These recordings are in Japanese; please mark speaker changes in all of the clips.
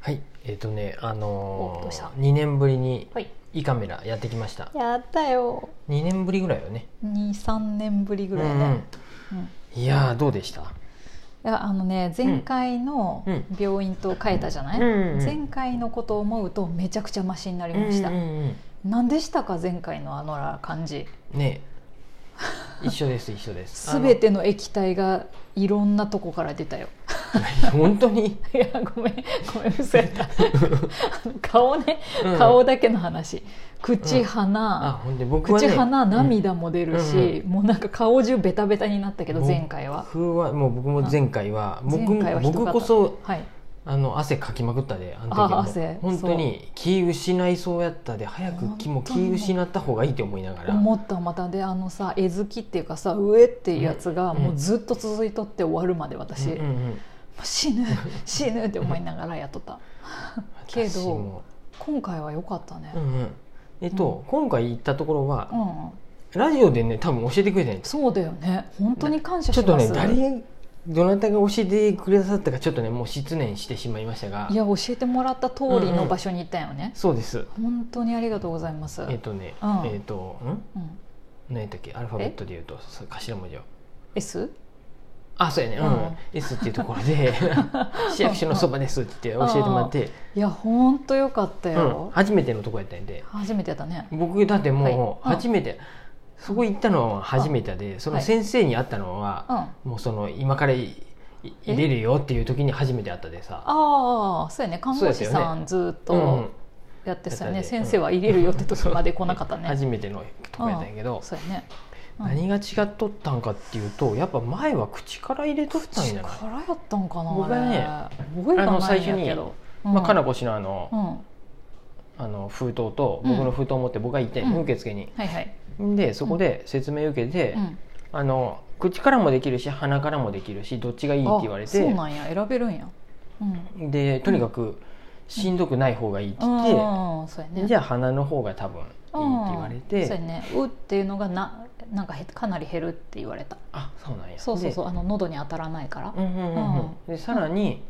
Speaker 1: はい、えっ、とね、あ
Speaker 2: おど
Speaker 1: の
Speaker 2: うした
Speaker 1: ー、2年ぶりに
Speaker 2: はい
Speaker 1: いいカメラやってきました。
Speaker 2: やったよ
Speaker 1: 2年ぶりぐらいよね。
Speaker 2: 23年ぶりぐらい
Speaker 1: うん
Speaker 2: ね、うん
Speaker 1: うんいやーどうでした？
Speaker 2: いやあのね前回の
Speaker 1: うん
Speaker 2: 病院と変えたじゃない、
Speaker 1: うんうんうん
Speaker 2: 前回のことを思うとめちゃくちゃマシになりました、
Speaker 1: うんうん
Speaker 2: 何でしたか前回のあのら感じ
Speaker 1: うんね、一緒です一緒 です。あの
Speaker 2: 全ての液体がいろんなとこから出 たよ
Speaker 1: 本当に、
Speaker 2: いやごめんごめん嘘やったあの 顔ね
Speaker 1: うん
Speaker 2: 顔だけの話、口鼻、
Speaker 1: あ、ほんで僕はね、
Speaker 2: 口
Speaker 1: だ
Speaker 2: 鼻涙も出るし、
Speaker 1: うん
Speaker 2: もうなんか顔中ベタベタになったけど前回は
Speaker 1: 僕はもう僕も前回は僕
Speaker 2: 前回はひど
Speaker 1: 僕
Speaker 2: かった
Speaker 1: こそ
Speaker 2: はい
Speaker 1: あの汗かきまくったであの
Speaker 2: あ
Speaker 1: 時
Speaker 2: 汗
Speaker 1: も本当に気失いそうやったで早く気も
Speaker 2: 本当に
Speaker 1: 気失った方がいいって思いながら。
Speaker 2: 思ったまたであのさ絵好きっていうかさ上っていうやつが
Speaker 1: うん
Speaker 2: もうずっと続いとって終わるまで私、
Speaker 1: うんう
Speaker 2: も
Speaker 1: んうん
Speaker 2: う死ぬ 死ぬって思いながらやっとったけど
Speaker 1: 私も
Speaker 2: 今回は良かったね
Speaker 1: うんうんえっと、今回行ったところは
Speaker 2: う、ん、
Speaker 1: ラジオでね多分教えてくれたんです
Speaker 2: そうだよね本当に感謝
Speaker 1: ちょっ
Speaker 2: し
Speaker 1: と
Speaker 2: ま
Speaker 1: ね
Speaker 2: す
Speaker 1: 誰どなたが教えてくださったかちょっとねもう失念してしまいましたが
Speaker 2: いや教えてもらった通りの場所に行ったよね、
Speaker 1: そうです
Speaker 2: 本当にありがとうございます、
Speaker 1: えっとね、
Speaker 2: うん
Speaker 1: えっとん
Speaker 2: うん、
Speaker 1: 何やったっけアルファベットで言うとそう頭文字を
Speaker 2: S?
Speaker 1: あそうやねうん、
Speaker 2: うん
Speaker 1: S っていうところ で市役所のそばですって言って教えてもらって、
Speaker 2: いや本当良かった
Speaker 1: うん、
Speaker 2: よ、
Speaker 1: 初めてのとこやったんで
Speaker 2: 初めてやったね
Speaker 1: 僕だってもう
Speaker 2: はいうん
Speaker 1: 初めて、そこ行ったのは初めてでその先生に会ったのは、
Speaker 2: うんあ
Speaker 1: もうその今からい入
Speaker 2: え
Speaker 1: れるよっていう時に初めて会ったでさ
Speaker 2: あそうやね看護師
Speaker 1: そうや
Speaker 2: さ
Speaker 1: ったよ
Speaker 2: んずっ
Speaker 1: うん
Speaker 2: とやってたよね、
Speaker 1: やったよね
Speaker 2: 先生は入れるよって時まで来なかったね、
Speaker 1: 初めてのとこやったんやけど、
Speaker 2: そうやね、うん
Speaker 1: 何が違っとったんかっていうとやっぱ前は口から入れとったんじゃない、
Speaker 2: 力やったんかな
Speaker 1: 僕はね
Speaker 2: あれ覚え
Speaker 1: あ
Speaker 2: て
Speaker 1: の
Speaker 2: な
Speaker 1: 最
Speaker 2: いん
Speaker 1: 初
Speaker 2: や
Speaker 1: に
Speaker 2: けど、
Speaker 1: まあ、かな
Speaker 2: うん
Speaker 1: こ氏のあの,、
Speaker 2: うん、
Speaker 1: あの封筒と
Speaker 2: うん
Speaker 1: 僕の封筒を持って僕が行って、
Speaker 2: うん
Speaker 1: 受付に
Speaker 2: はいはい、
Speaker 1: でそこで説明受けて、
Speaker 2: うん、
Speaker 1: あの口からもできるし鼻からもできるしどっちがいいって言われ
Speaker 2: あそう
Speaker 1: て
Speaker 2: なんや選べるんやうん
Speaker 1: でとにかくしんどくない方がいいって言って、
Speaker 2: うんそうやね
Speaker 1: じ
Speaker 2: ゃ
Speaker 1: ゃあ鼻の方が多分いいって言われて、
Speaker 2: そうやねうっていうのがななんかへかなり減るって言われた
Speaker 1: あそうなんや
Speaker 2: そうそうそう
Speaker 1: で
Speaker 2: あの喉に当たらないから
Speaker 1: う、んうんうんう
Speaker 2: う
Speaker 1: ん
Speaker 2: ん
Speaker 1: でさらに、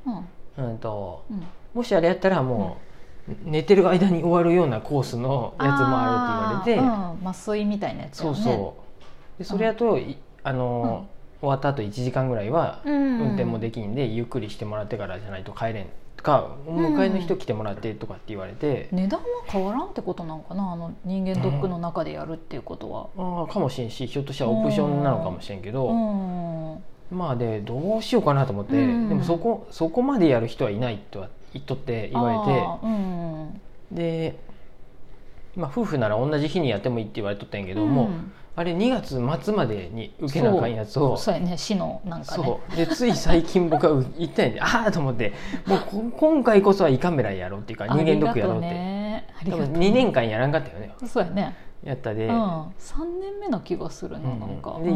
Speaker 2: うん
Speaker 1: うん、と
Speaker 2: うん、
Speaker 1: もしあれやったらもう、寝てる間に終わるようなコースのやつもあるって言われて、
Speaker 2: あーうん、麻酔みたいなやつよ
Speaker 1: そ
Speaker 2: ね
Speaker 1: うそうでそれやと、いあのー終わった後1時間ぐらいは
Speaker 2: うん、うん、
Speaker 1: 運転もできんで、ゆっくりしてもらってからじゃないと帰れんとか、
Speaker 2: ん
Speaker 1: 迎えの人来てもらってとかって言われて、
Speaker 2: 値段は変わらんってことなんかなあの人間ドックの中でやるっていうことは、
Speaker 1: ああかもしれんしひょっとしたらオプションなのかもしれんけど、
Speaker 2: うん
Speaker 1: まあでどうしようかなと思って、
Speaker 2: うん
Speaker 1: でもそこそこまでやる人はいないとは言っとって言われて
Speaker 2: あーうん
Speaker 1: で、まあ、夫婦なら同じ日にやってもいいって言われとったんやけど
Speaker 2: うん
Speaker 1: も、あれ2月末までに受けなあかんやつを
Speaker 2: そうやね市のなんかね
Speaker 1: そうでつい最近僕はう行ったんやでああと思ってもうこ今回こそは胃カメラやろうっていうか人間ドックやろうって、
Speaker 2: あ
Speaker 1: 多
Speaker 2: りがとうねありがと
Speaker 1: 分
Speaker 2: う
Speaker 1: 2年間やらんかったよね
Speaker 2: そうやね、
Speaker 1: やったで、
Speaker 2: うん
Speaker 1: 行
Speaker 2: 3年目な気がするな
Speaker 1: うん
Speaker 2: なんか、うん
Speaker 1: で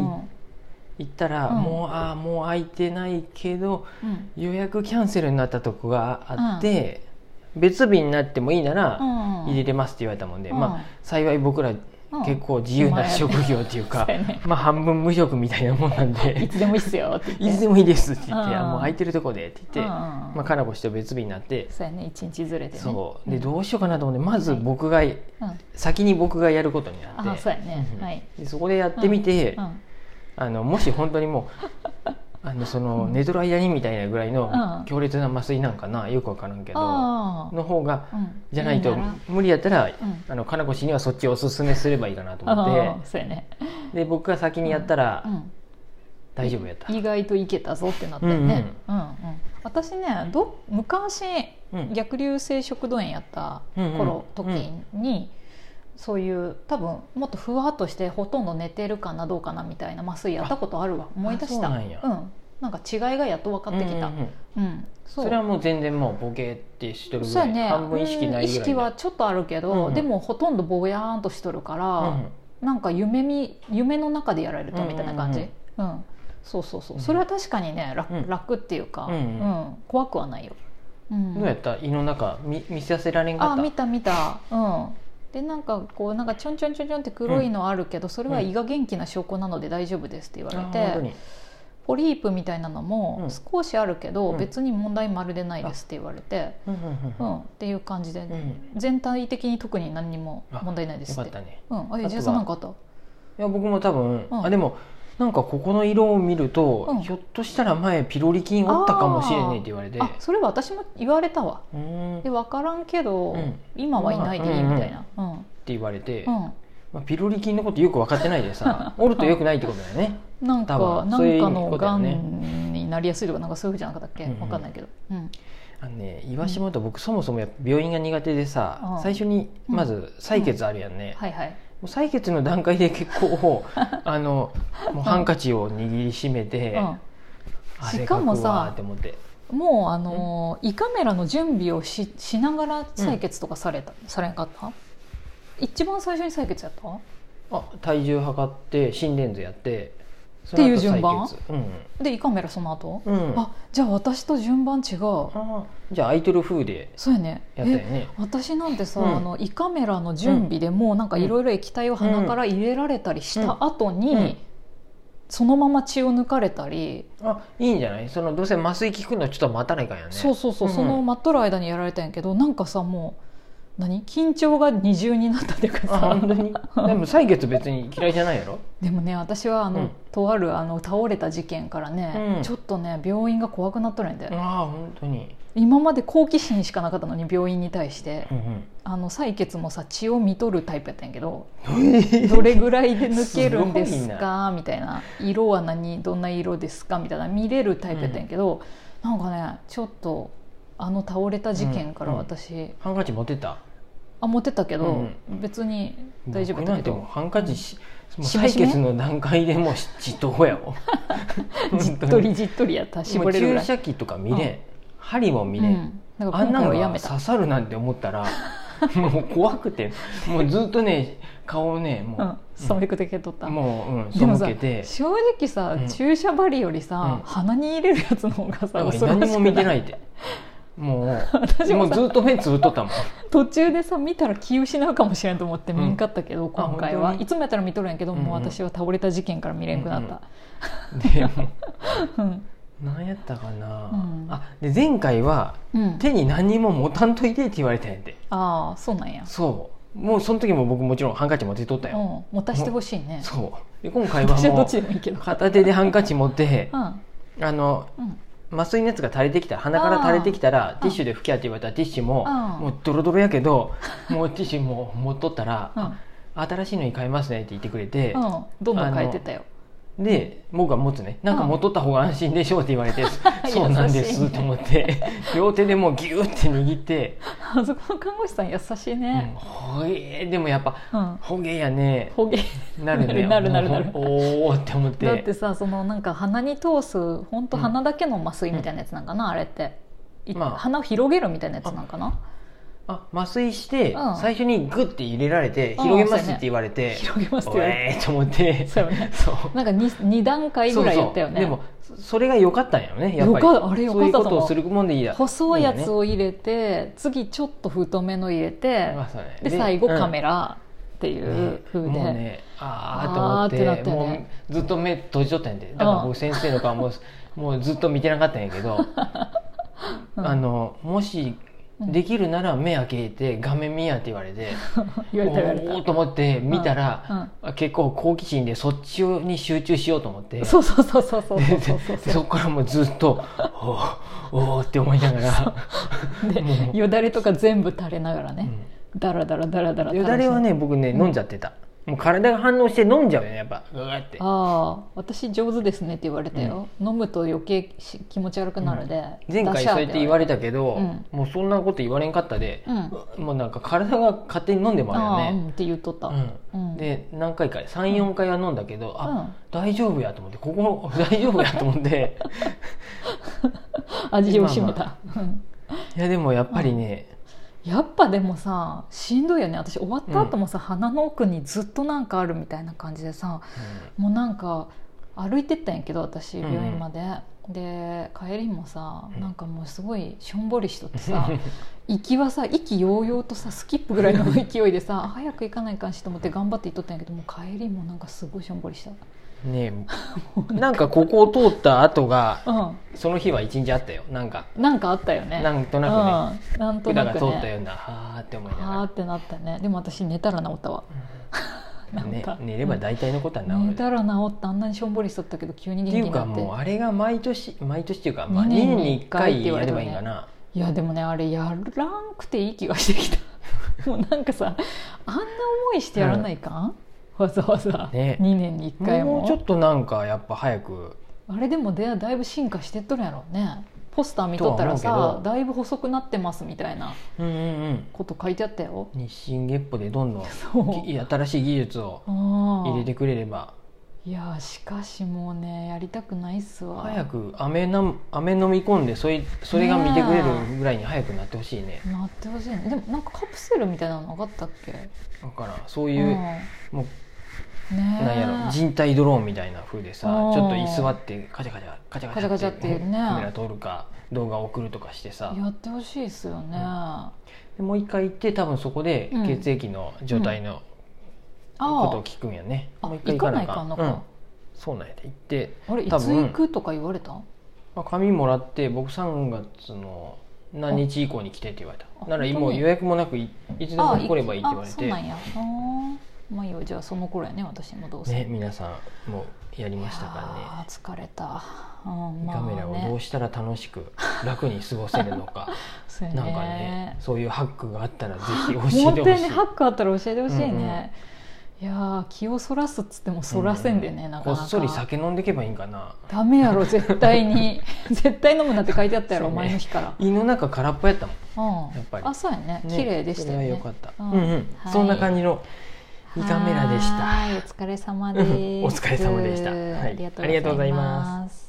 Speaker 1: ったら、
Speaker 2: うん
Speaker 1: もうああもう空いてないけど
Speaker 2: うん
Speaker 1: 予約キャンセルになったとこがあって、別日になってもいいなら
Speaker 2: うん
Speaker 1: 入れれますって言われたもんで、
Speaker 2: うん
Speaker 1: まあ幸い僕ら
Speaker 2: うん
Speaker 1: 結構自由
Speaker 2: まあ
Speaker 1: な
Speaker 2: やね
Speaker 1: 職業っていうか、
Speaker 2: そうやね
Speaker 1: まあ半分無職みたいなもんなんで
Speaker 2: いつでもいいっすよって
Speaker 1: 「
Speaker 2: 言って
Speaker 1: いつでもいいです」って言って「
Speaker 2: うん
Speaker 1: あもう空いてるとこで」って言って、
Speaker 2: うん
Speaker 1: まあ、カラボしと別日になって、
Speaker 2: そうやね一日ずれてね
Speaker 1: そうでどうしようかなと思ってまず僕が
Speaker 2: うん、
Speaker 1: 先に僕がやることにな
Speaker 2: あ
Speaker 1: っ
Speaker 2: あ
Speaker 1: て
Speaker 2: そうやね、
Speaker 1: うん
Speaker 2: はい、
Speaker 1: でそこでやってみて、
Speaker 2: うん
Speaker 1: あのもし本当にも うあのその寝とる間にみたいなぐらいの
Speaker 2: うん
Speaker 1: 強烈な麻酔なんかなよくわからんけど
Speaker 2: ああ
Speaker 1: の方が
Speaker 2: うん
Speaker 1: じゃないと
Speaker 2: なら
Speaker 1: 無理やったら、
Speaker 2: ん
Speaker 1: あの金子氏にはそっちをおすすめすればいいかなと思
Speaker 2: あ
Speaker 1: っ
Speaker 2: ーそうやね、
Speaker 1: てで僕が先にやったら
Speaker 2: うん、
Speaker 1: 大丈夫やった、
Speaker 2: 意外といけたぞってなったよね、うんうん私ねど昔
Speaker 1: うん
Speaker 2: 逆流性食道炎やった頃、
Speaker 1: うんうん
Speaker 2: 時に、そういう多分もっとふわっとしてほとんど寝てるかなどうかなみたいな麻酔やったことあるわ思い出した
Speaker 1: あそうなんや
Speaker 2: んなんか違いがやっと分かってきた、う
Speaker 1: うん
Speaker 2: ん
Speaker 1: うんうん
Speaker 2: そ
Speaker 1: そうれはもう全然もうボケってしとるぐ
Speaker 2: そう
Speaker 1: ら
Speaker 2: や
Speaker 1: い、
Speaker 2: ね
Speaker 1: 半分意識ないぐらいで
Speaker 2: うん意識はちょっとあるけど、
Speaker 1: うんうん
Speaker 2: でもほとんどぼやーんとしとるから、
Speaker 1: うんうん
Speaker 2: なんか夢み夢の中でやられたみたいな感
Speaker 1: うん
Speaker 2: じ、うんそうそうそううんそれは確かにね楽,、
Speaker 1: うん
Speaker 2: 楽っていうか、
Speaker 1: う
Speaker 2: うんん
Speaker 1: うん
Speaker 2: 怖くはないよ、うん、
Speaker 1: どうやった胃の中見見させられんか
Speaker 2: あ
Speaker 1: った
Speaker 2: 見た見たうんでなんかこうなんかちょんちょんちょんちょんって黒いのあるけど、それは胃が元気な証拠なので大丈夫ですって言われ
Speaker 1: あ本
Speaker 2: て、
Speaker 1: 当に
Speaker 2: ポリープみたいなの
Speaker 1: う
Speaker 2: も
Speaker 1: ん
Speaker 2: 少しあるけど、
Speaker 1: うん
Speaker 2: 別に問題まるでないですって言われて、
Speaker 1: うん
Speaker 2: う
Speaker 1: うんん
Speaker 2: っていう感じで、
Speaker 1: うんうん
Speaker 2: 全体的に特に何にも問題ないで
Speaker 1: よ
Speaker 2: す
Speaker 1: か
Speaker 2: っ。
Speaker 1: ってたね
Speaker 2: うん、あ
Speaker 1: あとは
Speaker 2: え十三なんかあった。
Speaker 1: いや僕も多分、
Speaker 2: うん
Speaker 1: あでもなんかここの色を見ると、
Speaker 2: うん
Speaker 1: ひょっとしたら前ピロリ菌おったかもしれないって言われて
Speaker 2: あ、それは私も言われたわ。
Speaker 1: うーんっ
Speaker 2: で
Speaker 1: て
Speaker 2: 分からんけど、
Speaker 1: うん
Speaker 2: 今はいないでいいみたいな。うん、うん
Speaker 1: 言われて、まあ、ピロリ菌のことよく分かってないでさおるとよくないってことだよね
Speaker 2: なんか
Speaker 1: 多分
Speaker 2: な
Speaker 1: そうい
Speaker 2: ん
Speaker 1: う
Speaker 2: かの
Speaker 1: ことだ
Speaker 2: が
Speaker 1: よね
Speaker 2: んになりやすいとかなんかそういうふうじゃなかったっけ、
Speaker 1: うんうん
Speaker 2: 分かんないけど、うん、
Speaker 1: あのねイワシもと僕そもそもやっぱ病院が苦手でさ、
Speaker 2: うん
Speaker 1: 最初にまず採血あるやんね、
Speaker 2: はいはい
Speaker 1: もう採血の段階で 結構あのもうハンカチを握りしめて、あ
Speaker 2: し
Speaker 1: れ
Speaker 2: かも
Speaker 1: 書くわ
Speaker 2: さ
Speaker 1: って思って
Speaker 2: うん、もうあのー胃カメラの準備をししながら採血とかされた、されんかった一番最初に採血やった
Speaker 1: あ体重測って心電図やってって
Speaker 2: いう順番
Speaker 1: うん
Speaker 2: で胃カメラその後、
Speaker 1: うん、
Speaker 2: あじゃあ私と順番違う
Speaker 1: あじゃあアイドル風で
Speaker 2: そうやね
Speaker 1: やったよ
Speaker 2: え
Speaker 1: ね
Speaker 2: 私なんてさ、
Speaker 1: うん
Speaker 2: あの胃カメラの準備でもうなんかいろいろ液体を鼻から入れられたりした後に、
Speaker 1: うんうん
Speaker 2: そのまま血を抜かれたり、
Speaker 1: あいいんじゃないそのどうせ麻酔効くのちょっと待たないかんやね
Speaker 2: そうそうそう、
Speaker 1: うん
Speaker 2: その待っとる間にやられたんやけどなんかさもう何緊張が二重になったっていうか
Speaker 1: あ
Speaker 2: さ
Speaker 1: 本当 にでも採血別に嫌いじゃないやろ
Speaker 2: でもね私はあの、
Speaker 1: うん
Speaker 2: とあるあの倒れた事件からね、
Speaker 1: うん
Speaker 2: ちょっとね病院が怖くなっとるんやで、
Speaker 1: ああ本当に、
Speaker 2: 今まで好奇心しかなかったのに病院に対して
Speaker 1: う、ん
Speaker 2: あの採血もさ血を見とるタイプやったんやけど
Speaker 1: うん、
Speaker 2: どれぐらいで抜けるんです
Speaker 1: すごい
Speaker 2: かみたいな色は何どんな色ですかみたいな見れるタイプやったんやけど、なんかねちょっとあの倒れた事件から私、
Speaker 1: ハンカチ持ってた
Speaker 2: あ持ってったけど、
Speaker 1: うん
Speaker 2: 別に大丈夫
Speaker 1: 僕
Speaker 2: だ
Speaker 1: な
Speaker 2: け
Speaker 1: んてもう
Speaker 2: ど
Speaker 1: ハンカチし、もう
Speaker 2: しめしめ
Speaker 1: 採血の段階でもうじっとやわ
Speaker 2: じっとりじっとりやった絞れる
Speaker 1: も
Speaker 2: ぐ
Speaker 1: う
Speaker 2: ら
Speaker 1: 注
Speaker 2: い
Speaker 1: 射器とか見れん、
Speaker 2: うん
Speaker 1: 針も見
Speaker 2: う
Speaker 1: れん、
Speaker 2: ん、だから
Speaker 1: あんな
Speaker 2: 今回
Speaker 1: の
Speaker 2: はやめ
Speaker 1: が
Speaker 2: た
Speaker 1: 刺さるなんて思った らもう怖くてもうずっとね顔をね
Speaker 2: うん
Speaker 1: もう、
Speaker 2: そういうことけとった、
Speaker 1: もう、うん、
Speaker 2: でもさ
Speaker 1: 背けて
Speaker 2: 正直さ、
Speaker 1: うん
Speaker 2: 注射針よりさ、
Speaker 1: うん
Speaker 2: 鼻に入れるやつの方がさ
Speaker 1: なんか
Speaker 2: 恐ろしく
Speaker 1: 何も見てないいっても
Speaker 2: 私
Speaker 1: うも
Speaker 2: も
Speaker 1: う
Speaker 2: さ
Speaker 1: ずっと目つぶっとったもん
Speaker 2: 途中でさ見たら気失うかもしれんと思って
Speaker 1: うん
Speaker 2: 見んかったけど、今回
Speaker 1: あ本
Speaker 2: は
Speaker 1: 当に
Speaker 2: いつもやったら見とるんやけど、もう
Speaker 1: うんうん
Speaker 2: 私は倒れた事件から見れんくなった、
Speaker 1: でも
Speaker 2: うん
Speaker 1: う何やったかな、
Speaker 2: うん
Speaker 1: あで前回は
Speaker 2: うん
Speaker 1: 手に何にも持たんといてって言われたんやて
Speaker 2: ああそうなんや、
Speaker 1: そうもうその時も僕もちろんハンカチ持ってとった
Speaker 2: うん、
Speaker 1: よ、
Speaker 2: 持たしてほしいね
Speaker 1: そうで今回は
Speaker 2: 私はど
Speaker 1: も
Speaker 2: っちでもいいけ
Speaker 1: う
Speaker 2: ど
Speaker 1: 片手でハンカチ持って
Speaker 2: うん
Speaker 1: あの
Speaker 2: うん
Speaker 1: 麻酔のやつが垂れてきた鼻から垂れてきたら
Speaker 2: ー
Speaker 1: ティッシュで拭きやって言われたらティッシュも
Speaker 2: うん
Speaker 1: もうドロドロやけどもうティッシュも持っとったら
Speaker 2: うん
Speaker 1: 「新しいのに買いますね」って言ってくれて
Speaker 2: うん、どんどん変えてたよ。
Speaker 1: で僕は持つねなんか持っとった方が安心でしょうって言われて「
Speaker 2: い
Speaker 1: そうなんです」
Speaker 2: 優しいね
Speaker 1: と思 って両手でもうギューって握って
Speaker 2: あそこの看護師さん優しい
Speaker 1: 「うん
Speaker 2: ね。
Speaker 1: ほえー」でもやっぱ
Speaker 2: うん
Speaker 1: 「ほげやね
Speaker 2: ほげ。」
Speaker 1: なるね
Speaker 2: なるなるなる
Speaker 1: も
Speaker 2: なる
Speaker 1: うおおって思っ
Speaker 2: だって
Speaker 1: て
Speaker 2: さ、そのなんか鼻に通す、本当鼻だけの麻酔みたいなやつなんかな、あれって。い
Speaker 1: まあ
Speaker 2: 鼻を広げるみたいなやつなんかな。
Speaker 1: あ麻酔して
Speaker 2: うん
Speaker 1: 最初にグッて入れられて
Speaker 2: うん
Speaker 1: 広げますって言われて
Speaker 2: 広げますって
Speaker 1: お
Speaker 2: 言われ
Speaker 1: えーと思って
Speaker 2: て。そうよね。
Speaker 1: そう
Speaker 2: なんか二二段階ぐらいやったよね。
Speaker 1: そうそうでもそそれが良かったんやろねやっぱり
Speaker 2: 良かっあれ良かった
Speaker 1: そういう
Speaker 2: と思う
Speaker 1: ことをするもんでいいや
Speaker 2: 細いやつ
Speaker 1: を
Speaker 2: を入れて、次ちょっと太めの入れて、で最後カメ
Speaker 1: ラ
Speaker 2: ラっていう風で、
Speaker 1: もうねああと思
Speaker 2: あ
Speaker 1: っ
Speaker 2: ーっててなったよね
Speaker 1: もうずっと目閉じとったんやでだから
Speaker 2: うん
Speaker 1: 僕先生の顔ももうずっと見てなかったんやけど、
Speaker 2: うん
Speaker 1: あのもし
Speaker 2: うん
Speaker 1: できるなら目開けて画面見やって言われて
Speaker 2: 言われた言わ
Speaker 1: お
Speaker 2: れ
Speaker 1: おと思って見た
Speaker 2: うん
Speaker 1: ら、結構好奇心でそっちに集中しようと思って
Speaker 2: た。そうそうそうそうそうそうそう
Speaker 1: で
Speaker 2: そう
Speaker 1: そこからもうずっと「おーおー」って思いながら、
Speaker 2: でよだれとか全部垂れながら
Speaker 1: う
Speaker 2: ね、
Speaker 1: ん
Speaker 2: だらだらだらだら垂
Speaker 1: よ
Speaker 2: らし
Speaker 1: だ
Speaker 2: ながら
Speaker 1: れはね僕ね飲んじゃってた、もう体が反応して飲んじゃうよねやっぱうわーって
Speaker 2: ああ私上手ですねって言われたよ、飲むと余計し気持ち悪くなるで、
Speaker 1: 前回そうやって言われたけど、
Speaker 2: うん
Speaker 1: もうそんなこと言われんかったで、
Speaker 2: うん、
Speaker 1: もうなんか体が勝手に飲んでも
Speaker 2: あ
Speaker 1: らう
Speaker 2: あ、
Speaker 1: よ
Speaker 2: う
Speaker 1: ね
Speaker 2: ん、って言っとった、
Speaker 1: うん
Speaker 2: うん
Speaker 1: で何回か34回は飲んだけど、
Speaker 2: うん
Speaker 1: あ大丈夫やと思ってここ 大丈夫やと思 って
Speaker 2: 味をしめた、うん
Speaker 1: いやでもやっぱりね、
Speaker 2: やっぱでもさしんどいよね私終わった後もさ、鼻の奥にずっとなんかあるみたいな感じでさもうなんか歩いてったんやけど私
Speaker 1: うんうん
Speaker 2: 病院まで、で帰りもさ
Speaker 1: うん
Speaker 2: なんかもうすごいしょんぼりしとって
Speaker 1: うん
Speaker 2: さ 行きはさ意気揚々とさスキップぐらいの 勢いでさ早く行かないかんしと思って頑張って行っとったんやけどもう帰りもなんかすごいしょんぼりした
Speaker 1: ねえなんかここを通った後が
Speaker 2: うん
Speaker 1: その日は一日あったよなんか
Speaker 2: なんかあったよね
Speaker 1: なんとな
Speaker 2: くね、うん、なんと
Speaker 1: 管
Speaker 2: な
Speaker 1: が
Speaker 2: く
Speaker 1: 通った
Speaker 2: ね
Speaker 1: ようなはあって思いな
Speaker 2: はー
Speaker 1: が
Speaker 2: ってなったねでも私寝たら治ったわ
Speaker 1: ら、
Speaker 2: なん
Speaker 1: ね
Speaker 2: か、
Speaker 1: 寝れば大体のことは治る、
Speaker 2: 寝
Speaker 1: った
Speaker 2: ら治ったあんなにしょんぼりしとったけど急に
Speaker 1: て
Speaker 2: 元気
Speaker 1: いう
Speaker 2: にな
Speaker 1: か
Speaker 2: っ
Speaker 1: もう
Speaker 2: て
Speaker 1: あれが毎年毎年っていうか、まあ、2
Speaker 2: 二年
Speaker 1: 年
Speaker 2: に
Speaker 1: に
Speaker 2: 一
Speaker 1: 1
Speaker 2: 回って
Speaker 1: 回
Speaker 2: 言わ
Speaker 1: やれ
Speaker 2: れた
Speaker 1: ば
Speaker 2: ね
Speaker 1: いいんかな、
Speaker 2: いやでもねあれやらんくていい気がして きたもうなんかさあんな思いしてやらないかん、わざわざ、
Speaker 1: ね
Speaker 2: 2年に1回も
Speaker 1: もうちょっとなんかやっぱ早く
Speaker 2: あれでもでだいぶ進化してっとるやろうねポスター見とったら
Speaker 1: とは思うけ
Speaker 2: さだいぶ細くなってますみたいな
Speaker 1: うんうんうん
Speaker 2: こと書いてあったよ
Speaker 1: 日進月歩でどんどん
Speaker 2: そう
Speaker 1: ぎ新 しい技術を
Speaker 2: 入
Speaker 1: 入れてくれれば
Speaker 2: いやーしかしもうねやりたくないっすわ
Speaker 1: 早く飴な飴飲み込んでそれそれが見てくれるぐらいに早くなってほしいね
Speaker 2: なってほしいねでもなんかカプセルみたいなのなかったっけ
Speaker 1: だからそう
Speaker 2: う
Speaker 1: い
Speaker 2: ん
Speaker 1: う、
Speaker 2: ね
Speaker 1: もう
Speaker 2: え
Speaker 1: なんやろ人体ドローンみたいな風でさ
Speaker 2: うん
Speaker 1: ちょっと居座ってカチャカチャカチャ
Speaker 2: カチャカチャっていうね
Speaker 1: カメラ撮るか動画送るとかしてさ
Speaker 2: やってほしいっすよね、
Speaker 1: うん
Speaker 2: あ
Speaker 1: でもう一回行って多分そこで
Speaker 2: うん
Speaker 1: 血液の状態のことを
Speaker 2: あ
Speaker 1: 聞くんやね、
Speaker 2: あ
Speaker 1: もう一回
Speaker 2: 行
Speaker 1: 行
Speaker 2: か
Speaker 1: か
Speaker 2: な
Speaker 1: ないい
Speaker 2: か
Speaker 1: か
Speaker 2: ん
Speaker 1: ん
Speaker 2: の
Speaker 1: の
Speaker 2: か、
Speaker 1: そうなんやで行って、
Speaker 2: あれいつ
Speaker 1: 多分
Speaker 2: 行くとか言われた
Speaker 1: まあ、紙もらって僕3月の何日以降に来てって言われ
Speaker 2: あ
Speaker 1: たなら
Speaker 2: 本当に
Speaker 1: もう予約もなくいいつで
Speaker 2: あ
Speaker 1: も
Speaker 2: あ
Speaker 1: 来ればいいって言われ
Speaker 2: あそうなん
Speaker 1: て
Speaker 2: やあーまあいいよじゃあその頃やね私もどうせ、
Speaker 1: ね皆さんもやり
Speaker 2: い
Speaker 1: ま
Speaker 2: や
Speaker 1: したからね
Speaker 2: ー疲れた、うんまあ
Speaker 1: カメラをどう
Speaker 2: し
Speaker 1: したら楽しく楽に過ごせるの か
Speaker 2: そうや
Speaker 1: なんかねそういうハックがあったらぜひ教えて
Speaker 2: も
Speaker 1: ほ
Speaker 2: って
Speaker 1: し
Speaker 2: ね
Speaker 1: い
Speaker 2: ハックあったら教えてほしいね、いやー気をそらすっつってもそらせんでね、なかなか
Speaker 1: こっそり酒飲んでけばいいんかな
Speaker 2: ダメやろ絶 対に絶対飲むなって書いてあったやろ、
Speaker 1: そうね
Speaker 2: 前の日から
Speaker 1: 胃の中空っぽやったもん
Speaker 2: うん
Speaker 1: やっぱり
Speaker 2: あそうや
Speaker 1: ね
Speaker 2: ね綺麗でしたよ
Speaker 1: それ
Speaker 2: ね
Speaker 1: は良かった、
Speaker 2: うん
Speaker 1: うんうん
Speaker 2: はい
Speaker 1: そんな感じの胃カメラでした
Speaker 2: はいお疲れ様です
Speaker 1: うんお疲れ様でしたはい
Speaker 2: ありがとうございます